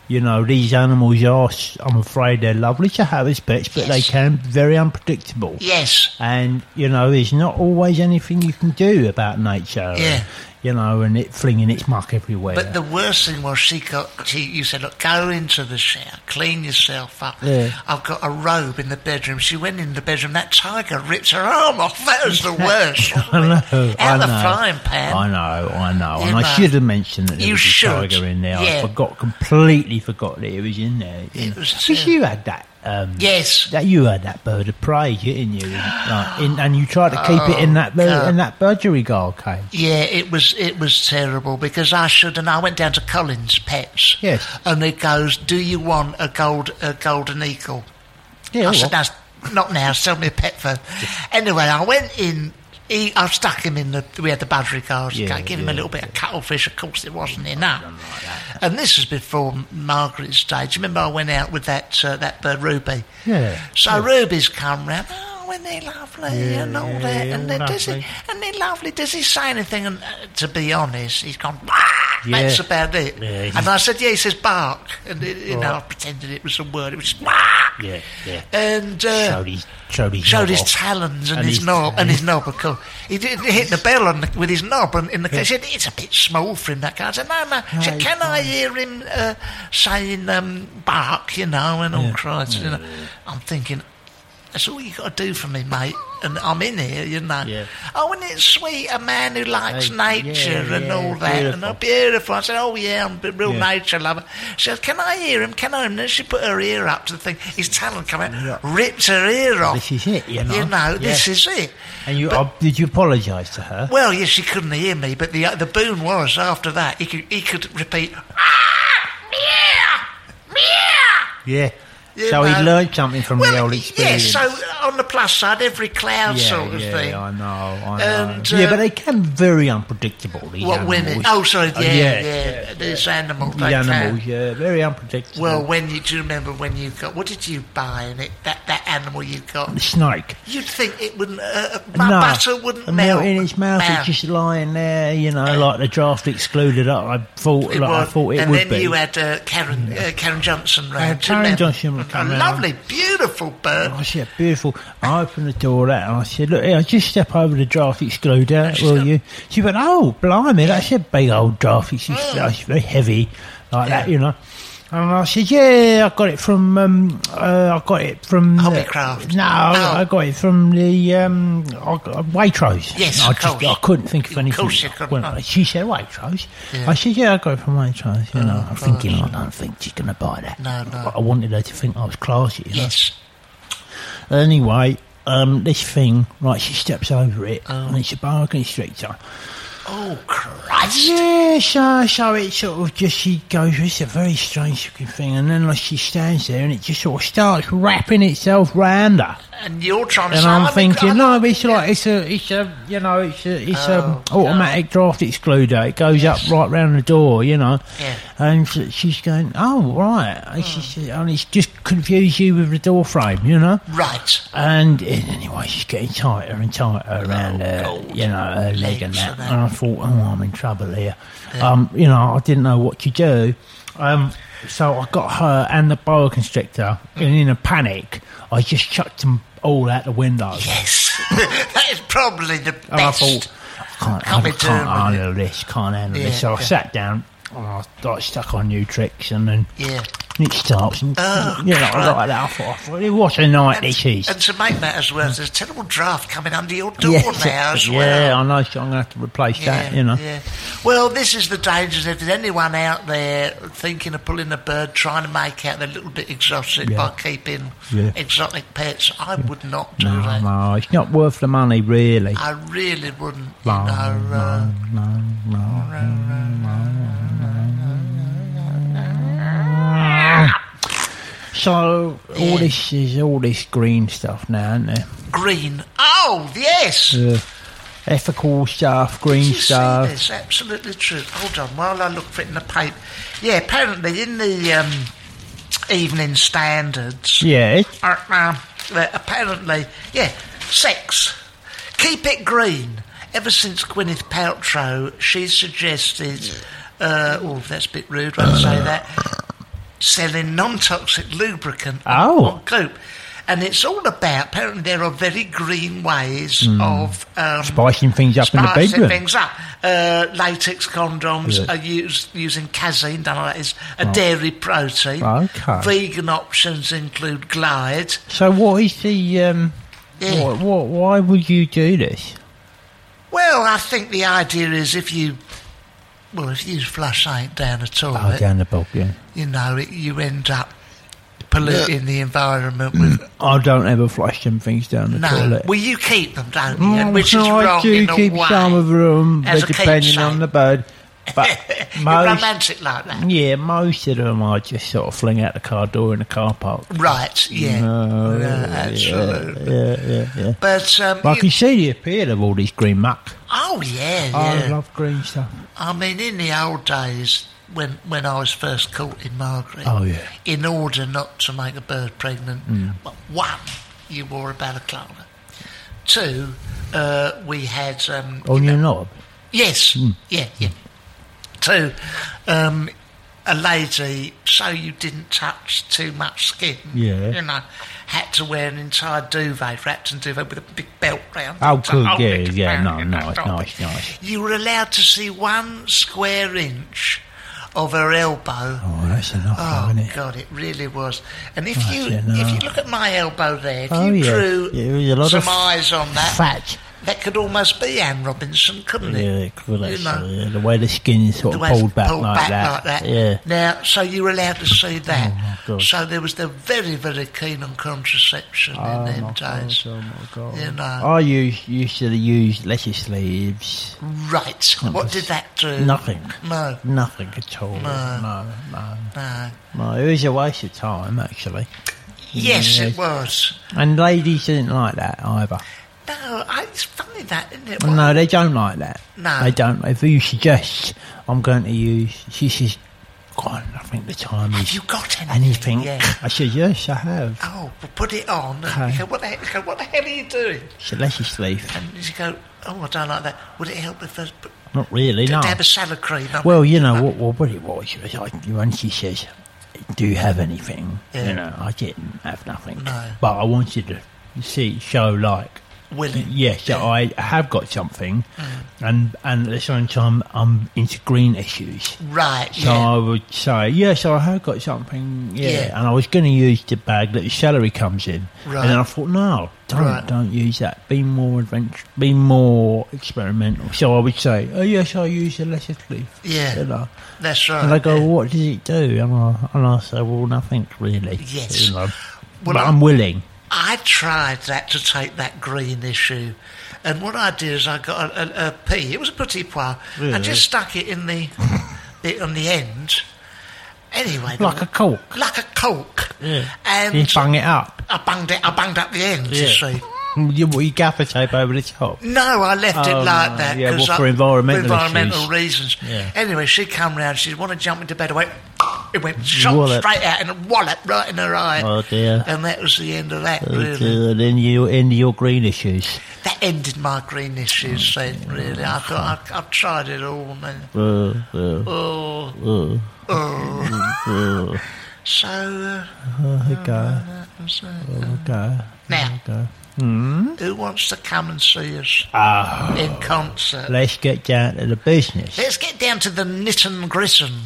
S2: you know, these animals are, s- I'm afraid they're lovely to have as pets, but they can be very unpredictable.
S3: Yes.
S2: And, you know, there's not always anything you can do about nature.
S3: Yeah.
S2: you know, and it flinging its muck everywhere.
S3: But the worst thing was she got. She, you said, "Look, go into the shower, clean yourself up."
S2: Yeah.
S3: I've got a robe in the bedroom. She went in the bedroom. That tiger ripped her arm off. That was the worst.
S2: I know.
S3: Out
S2: I
S3: the
S2: know.
S3: frying pan.
S2: I know, I know.
S3: You
S2: and I
S3: know.
S2: should have mentioned that there
S3: You
S2: was a
S3: should.
S2: tiger in there.
S3: Yeah.
S2: I forgot completely forgot that it was in there.
S3: It was-
S2: Because you had that. Um,
S3: Yes.
S2: That you had that bird of prey, didn't you? And, like, in, and you tried to keep it in
S3: Oh,
S2: that bir- in that budgerigar cage.
S3: Yeah, it was it was terrible because I should and I went down to Collins Pets.
S2: Yes.
S3: and he goes, "Do you want a gold a golden eagle?"
S2: Yeah, oh,
S3: I said,
S2: well,
S3: "No, "Not now. Sell me a pet first." Anyway, I went in. He, I stuck him in the. We had the budgery cars.
S2: Yeah,
S3: I gave him a
S2: yeah,
S3: little bit of cuttlefish. Of course, it wasn't enough. And this was before Margaret's stage. Remember, I went out with that uh, that bird Ruby.
S2: Yeah.
S3: So Ruby's come round. Oh, and they're lovely and all that.
S2: yeah,
S3: and they, does he?
S2: lovely.
S3: And they're lovely. Does he say anything? And uh, to be honest, he's gone. "Bah!"
S2: Yeah.
S3: That's about it.
S2: Yeah,
S3: and I said, yeah. He says bark, and it, you know, I pretended it was a word. It was just, "Bah!"
S2: yeah, yeah.
S3: and uh,
S2: Showed his showed his,
S3: showed his
S2: knob off.
S3: talons and,
S2: And
S3: his,
S2: his
S3: knob and his
S2: talons.
S3: knob. Of course, he did he hit the bell on the, with his knob and in the he said it's a bit small for him. That guy. I said no, no. I said,
S2: it's
S3: can I hear him uh, saying um, bark? You know, and all cries. You know, I'm thinking. That's all you got to do for me, mate. And I'm in here, you know.
S2: Yeah.
S3: Oh, isn't it sweet? A man who likes
S2: Hey,
S3: nature
S2: yeah,
S3: and
S2: yeah,
S3: all that. And
S2: beautiful.
S3: I'm beautiful. I said, oh, yeah, I'm a real
S2: Yeah.
S3: nature lover. She said, can I hear him? Can I hear him? And she put her ear up to the thing. His talon come out, ripped her ear off.
S2: This is it, you know.
S3: this
S2: Yeah.
S3: is it.
S2: And you uh, did you apologise to her?
S3: Well, yes, she couldn't hear me, but the the boon was after that he could he could repeat.
S2: Yeah.
S3: you
S2: so
S3: know.
S2: he learned something from the
S3: well,
S2: old experience.
S3: Yes, so on the plus side, every cloud
S2: yeah,
S3: sort of
S2: yeah,
S3: thing.
S2: I know, I know.
S3: And,
S2: yeah,
S3: uh,
S2: but they can be very unpredictable. These
S3: what
S2: animals.
S3: women? Oh, sorry, yeah,
S2: Uh,
S3: yeah,
S2: yeah,
S3: This animal,
S2: The
S3: they can.
S2: animals, yeah, very unpredictable.
S3: Well, when you do you remember when you got what did you buy in it? That that animal you
S2: the
S3: got.
S2: snake.
S3: You'd think it wouldn't. Uh, uh,
S2: no,
S3: butter wouldn't
S2: the
S3: melt.
S2: in its mouth.
S3: Melt.
S2: It's just lying there, you know, like the draft excluded. I I thought, like, I thought it
S3: and
S2: would
S3: then
S2: be.
S3: you had uh, Karen uh, Karen Johnson round.
S2: Karen
S3: didn't you?
S2: Johnson would
S3: a
S2: come round.
S3: lovely, beautiful bird.
S2: I said, beautiful. I opened the door out and I said, look, here, just step over the draft excluder,
S3: she's
S2: will
S3: got-
S2: you? She went, oh, blimey, that's a big old draft
S3: Oh.
S2: excluder. It's very heavy, like that, you know. And I said, yeah, I got it from, um, uh, I got it from...
S3: Hobbycraft.
S2: No,
S3: Oh.
S2: I got it from the um, I got- Waitrose.
S3: Yes,
S2: I,
S3: of course.
S2: I couldn't think of
S3: Of
S2: anything.
S3: course you couldn't.
S2: Well, she said Waitrose. I said, yeah, I got it from Waitrose. You know, I'm thinking, I don't think she's going to buy that.
S3: Oh, No, no.
S2: I wanted her to think I was classy. you know.
S3: Yes.
S2: Anyway, um, this thing, right, she steps over it, and it's a bargain stricter.
S3: Oh Christ!
S2: Yeah, so, so it sort of just, she goes, it's a very strange looking thing, and then like, she stands there, and it just sort of starts wrapping itself round her.
S3: And you're trying to.
S2: And
S3: say,
S2: I'm
S3: a-
S2: thinking,
S3: I'm-
S2: no, it's like, it's a, it's a, you know, it's a, it's
S3: Oh,
S2: a automatic draft excluder. It goes up right round the door, you know.
S3: Yeah. Hmm.
S2: And she- she's going, oh, right. And, she said, and it's just confused you with the door frame, you know.
S3: Right.
S2: And in- anyway, she's getting tighter and
S3: Oh,
S2: tighter around her, you know, her leg and
S3: Legs
S2: that.
S3: and that.
S2: And I thought, oh, I'm in trouble here. Um, you know, I didn't know what to do. Um, so I got her and the boa constrictor, and in a panic, I just chucked them all out the window.
S3: Yes. that is probably the
S2: And I
S3: best.
S2: thought, I can't,
S3: Can't
S2: I
S3: be
S2: can't
S3: doing with
S2: handle this, can't handle
S3: Yeah,
S2: this. So I
S3: yeah.
S2: sat down and I got stuck on new tricks, and then
S3: Yeah.
S2: it starts. And,
S3: Oh,
S2: you know, I
S3: crap.
S2: like that. I thought, I thought, what a night this is.
S3: And to make matters worse, there's a terrible draft coming under your door now as
S2: yeah,
S3: well.
S2: I know. so I'm going to have to replace that, you know.
S3: yeah. Well, this is the dangers. If there's anyone out there thinking of pulling a bird, trying to make out they're a little bit exotic
S2: Yeah.
S3: by keeping
S2: Yeah.
S3: exotic pets, I would not do
S2: No,
S3: that.
S2: no, it's not worth the money, really.
S3: I really wouldn't. Uh, You
S2: No,
S3: know, uh,
S2: No, no. So all this is all this green stuff now, isn't it?
S3: green. Oh, yes.
S2: Uh, ethical stuff, green
S3: You see
S2: stuff.
S3: this? Absolutely true. Hold on, while I look for it in the paper. Yeah, apparently in the um, Evening Standards,
S2: Yeah, it's-
S3: uh, uh, that apparently, yeah, sex. Keep it green. Ever since Gwyneth Paltrow, she suggested, uh, oh, that's a bit rude when I say that, selling non toxic lubricant
S2: Oh.
S3: on Goop. And it's all about, apparently, there are very green ways
S2: Hmm.
S3: of. Um,
S2: spicing things up in the
S3: spicing
S2: bedroom.
S3: things up. Uh, latex condoms
S2: Yeah.
S3: are used using casein, don't know what that is, a dairy protein.
S2: Okay.
S3: Vegan options include Glide.
S2: So what is the um?
S3: Yeah.
S2: What, what? Why would you do this?
S3: Well, I think the idea is if you well, if you flush ain't down the
S2: Oh,
S3: toilet,
S2: down the bulk, yeah.
S3: you know, it, you end up polluting the environment with.
S2: I don't ever flush them things down Mm. the
S3: no,
S2: toilet.
S3: well, you keep them, don't you?
S2: Mm,
S3: Which is
S2: no, I
S3: wrong
S2: do
S3: in a
S2: keep
S3: way.
S2: some of them,
S3: as a
S2: depending
S3: keepsake.
S2: on the bird. But
S3: You're
S2: most,
S3: romantic like that.
S2: yeah, most of them I just sort of fling out the car door in the car park.
S3: Right, yeah.
S2: No,
S3: Yeah,
S2: yeah,
S3: absolutely.
S2: Yeah, yeah, yeah.
S3: But, um,
S2: But I
S3: you-
S2: can see the appeal of all this green muck.
S3: oh, yeah,
S2: I
S3: yeah.
S2: love green stuff.
S3: I mean, in the old days, when, when I was first caught in Margaret,
S2: Oh, yeah. Mm.
S3: in order not to make a bird pregnant, well, one, you wore a balaclava. Two, uh, we had um,
S2: On your knob.
S3: Yes.
S2: Hmm.
S3: Yeah, yeah. So, um, a lady, so you didn't touch too much skin.
S2: Yeah.
S3: You know, had to wear an entire duvet, wrapped in duvet with a big belt round.
S2: Oh,
S3: it to
S2: good,
S3: hold
S2: yeah,
S3: it
S2: yeah,
S3: around
S2: no,
S3: your
S2: nice,
S3: top.
S2: nice, nice.
S3: You were allowed to see one square inch of her elbow.
S2: Oh, that's enough,
S3: Oh,
S2: isn't it?
S3: God, it really was. And if
S2: Right,
S3: you
S2: yeah, no.
S3: if you look at my elbow there, if
S2: Oh,
S3: you
S2: yeah.
S3: drew
S2: Yeah, there was a lot
S3: some
S2: of
S3: eyes on that,
S2: Fat.
S3: that could almost be Anne Robinson, couldn't it?
S2: Yeah, it could,
S3: You
S2: actually,
S3: know,
S2: yeah, the way the skin sort
S3: the
S2: of
S3: way it's
S2: pulled back, like, that. Yeah.
S3: Now, so you were allowed to see that.
S2: Oh, my God.
S3: so there was the very, very keen on contraception in
S2: my
S3: them
S2: God,
S3: days.
S2: oh my God.
S3: You know.
S2: I used, used to use lettuce sleeves.
S3: Right. What
S2: was
S3: did that do?
S2: Nothing.
S3: No,
S2: Nothing at all.
S3: No.
S2: No, no,
S3: no.
S2: no. It was a waste of time, actually.
S3: Yes,
S2: Yeah.
S3: it was.
S2: And ladies didn't like that either.
S3: No, I, it's funny that, isn't it?
S2: No, they don't like that.
S3: No.
S2: They don't. If you suggest, I'm going to use, she says, God, I think the time
S3: Have
S2: is
S3: you got anything?
S2: anything.
S3: Yeah.
S2: I said, yes, I have.
S3: Oh, well, put it on.
S2: Okay.
S3: And you go, what the, heck, you go, what the hell are you doing?
S2: She said, lettuce sleeve.
S3: And you go, oh, I don't like that. Would it help if I put,
S2: Not really, no.
S3: dab a salad cream on
S2: Well,
S3: it?
S2: you know what, what, what it was. was I, when she says, "Do you have anything?"
S3: Yeah.
S2: You know, I didn't have nothing,
S3: No.
S2: but I wanted to you see show like.
S3: Will it?
S2: Yes, that I have got something,
S3: Mm.
S2: and and at the same time I'm into green issues,
S3: Right,
S2: so
S3: yeah.
S2: I would say yes, I have got something. Yeah,
S3: Yeah.
S2: and I was going to use the bag that the celery comes in,
S3: Right.
S2: and then I thought no, don't
S3: Right.
S2: don't use that. Be more adventurous, be more experimental. So I would say oh yes, I use the lettuce leaf.
S3: Yeah.
S2: You know?
S3: That's right.
S2: And they go,
S3: yeah.
S2: well, what does it do? And I, and I say, well, nothing really.
S3: Yes.
S2: You know.
S3: Well,
S2: but
S3: I-
S2: I'm willing.
S3: I tried that to take that green issue, and what I did is I got a, a, a pea. It was a petit pois. I just stuck it in the bit on the end. Anyway,
S2: Like a cork.
S3: like a cork.
S2: You
S3: And
S2: bung it up.
S3: I bunged it. I bunged up the end. You
S2: Yeah.
S3: see.
S2: You, you gaffer tape over the top.
S3: No, I left it
S2: Oh,
S3: like
S2: no.
S3: that.
S2: Yeah,
S3: 'cause
S2: well, for
S3: I-
S2: environmental
S3: environmental
S2: issues.
S3: reasons.
S2: Yeah.
S3: Anyway, she come round. She wanted to jump into bed. I went. It went shot
S2: Wallop.
S3: straight out and a wallop right in her eye.
S2: Oh, dear.
S3: And that was the end of that.
S2: And
S3: Really.
S2: then you into your green issues.
S3: that ended my green
S2: Oh,
S3: issues then, really. I thought, I, I've tried it all, man.
S2: Uh, uh,
S3: Oh,
S2: uh,
S3: oh. so, uh,
S2: okay,
S3: that was it.
S2: Oh. okay.
S3: Now,
S2: Okay.
S3: who wants to come and see us
S2: Ah.
S3: in concert?
S2: Let's get down to the business.
S3: Let's get down to the knit and grittin.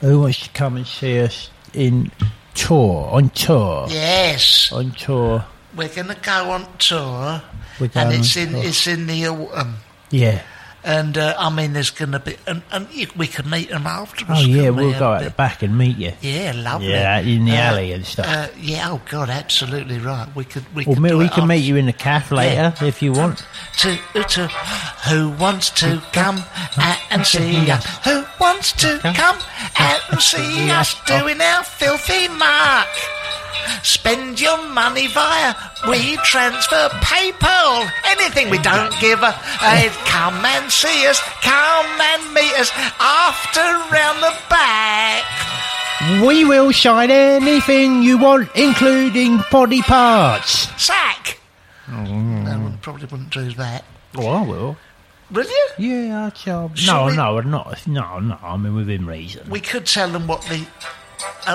S2: Who wants to come and see us in tour, on tour?
S3: Yes,
S2: On tour.
S3: we're going to go on tour,
S2: We're
S3: and
S2: going
S3: it's
S2: on
S3: in
S2: tour.
S3: it's in the autumn.
S2: Yeah.
S3: And uh, I mean, there's going to be, and, and you, we can meet them afterwards.
S2: Oh, yeah,
S3: couldn't
S2: we'll go out
S3: Have a
S2: the
S3: bit-
S2: back and meet you.
S3: Yeah, lovely.
S2: Yeah, in the alley and stuff.
S3: Uh, yeah, oh god, absolutely right. We could, we
S2: Well,
S3: could.
S2: mate,
S3: do
S2: we
S3: it
S2: can
S3: on-
S2: meet you in the calf later if you want.
S3: To, to, who wants to come a- and see us? Who wants to come and see us doing our filthy mark? Spend your money via we transfer PayPal. Anything we don't give a, a come and see us. Come and meet us after round the back.
S2: We will sign anything you want, including body parts.
S3: Sack. No, we probably wouldn't do that.
S2: Oh, I will.
S3: Will you?
S2: Yeah, I shall.
S3: Shall
S2: No,
S3: we-
S2: no, not. No, no. I mean, within reason.
S3: We could tell them what the. Uh,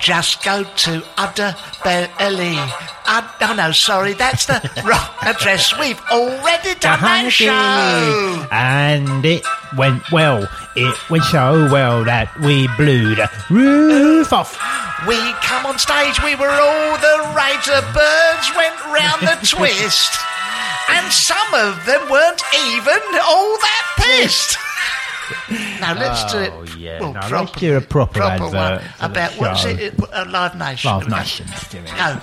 S3: just go to Udderbelly. Uh, oh no, sorry, that's the wrong address. We've already done that show.
S2: And it went well. It went so well that we blew the roof off.
S3: We come on stage, we were all the rage. The birds went round the twist, and some of them weren't even all that pissed. Now let's do
S2: Oh,
S3: it.
S2: yeah.
S3: well,
S2: No, let's
S3: proper-
S2: do a proper advert
S3: one
S2: for the
S3: about what's
S2: show.
S3: it? uh, Live Nation.
S2: Live Nation, let's do it.
S3: No,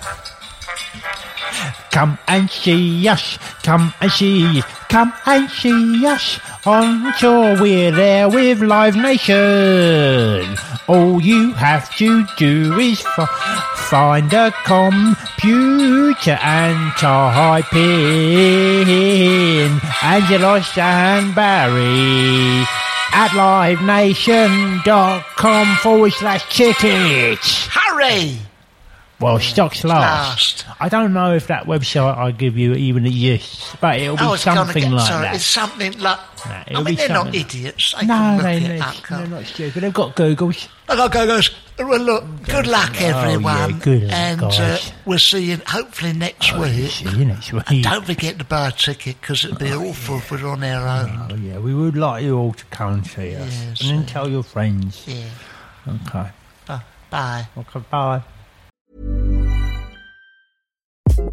S2: Come and see us, come and see us, come and see us. On tour we're there with Live Nation. All you have to do is fi- find a computer and type in Angelos and Barry at livenation.com forward slash tickets.
S3: hurry!
S2: Well, stock's last.
S3: Last.
S2: I don't know if that website I give you even exists, but it'll be
S3: Oh, it's gonna
S2: something
S3: get,
S2: like
S3: sorry,
S2: that.
S3: It's something like.
S2: Nah,
S3: I
S2: it'll
S3: mean,
S2: be
S3: they're not
S2: something.
S3: idiots. They
S2: no,
S3: can look
S2: they,
S3: it
S2: they,
S3: up,
S2: they're
S3: can't
S2: not stupid. They've got Google's.
S3: Hello, guys. Well, look, good luck, everyone.
S2: Oh, good Oh, luck,
S3: and uh,
S2: guys.
S3: we'll see you hopefully next week.
S2: See you next week.
S3: And don't forget to buy a ticket because it'd be awful if we're on our own.
S2: Oh, yeah, we would like you all to come and see us,
S3: Yes,
S2: and then tell your friends.
S3: Yeah.
S2: Okay.
S3: Bu- Bye.
S2: Okay. Bye.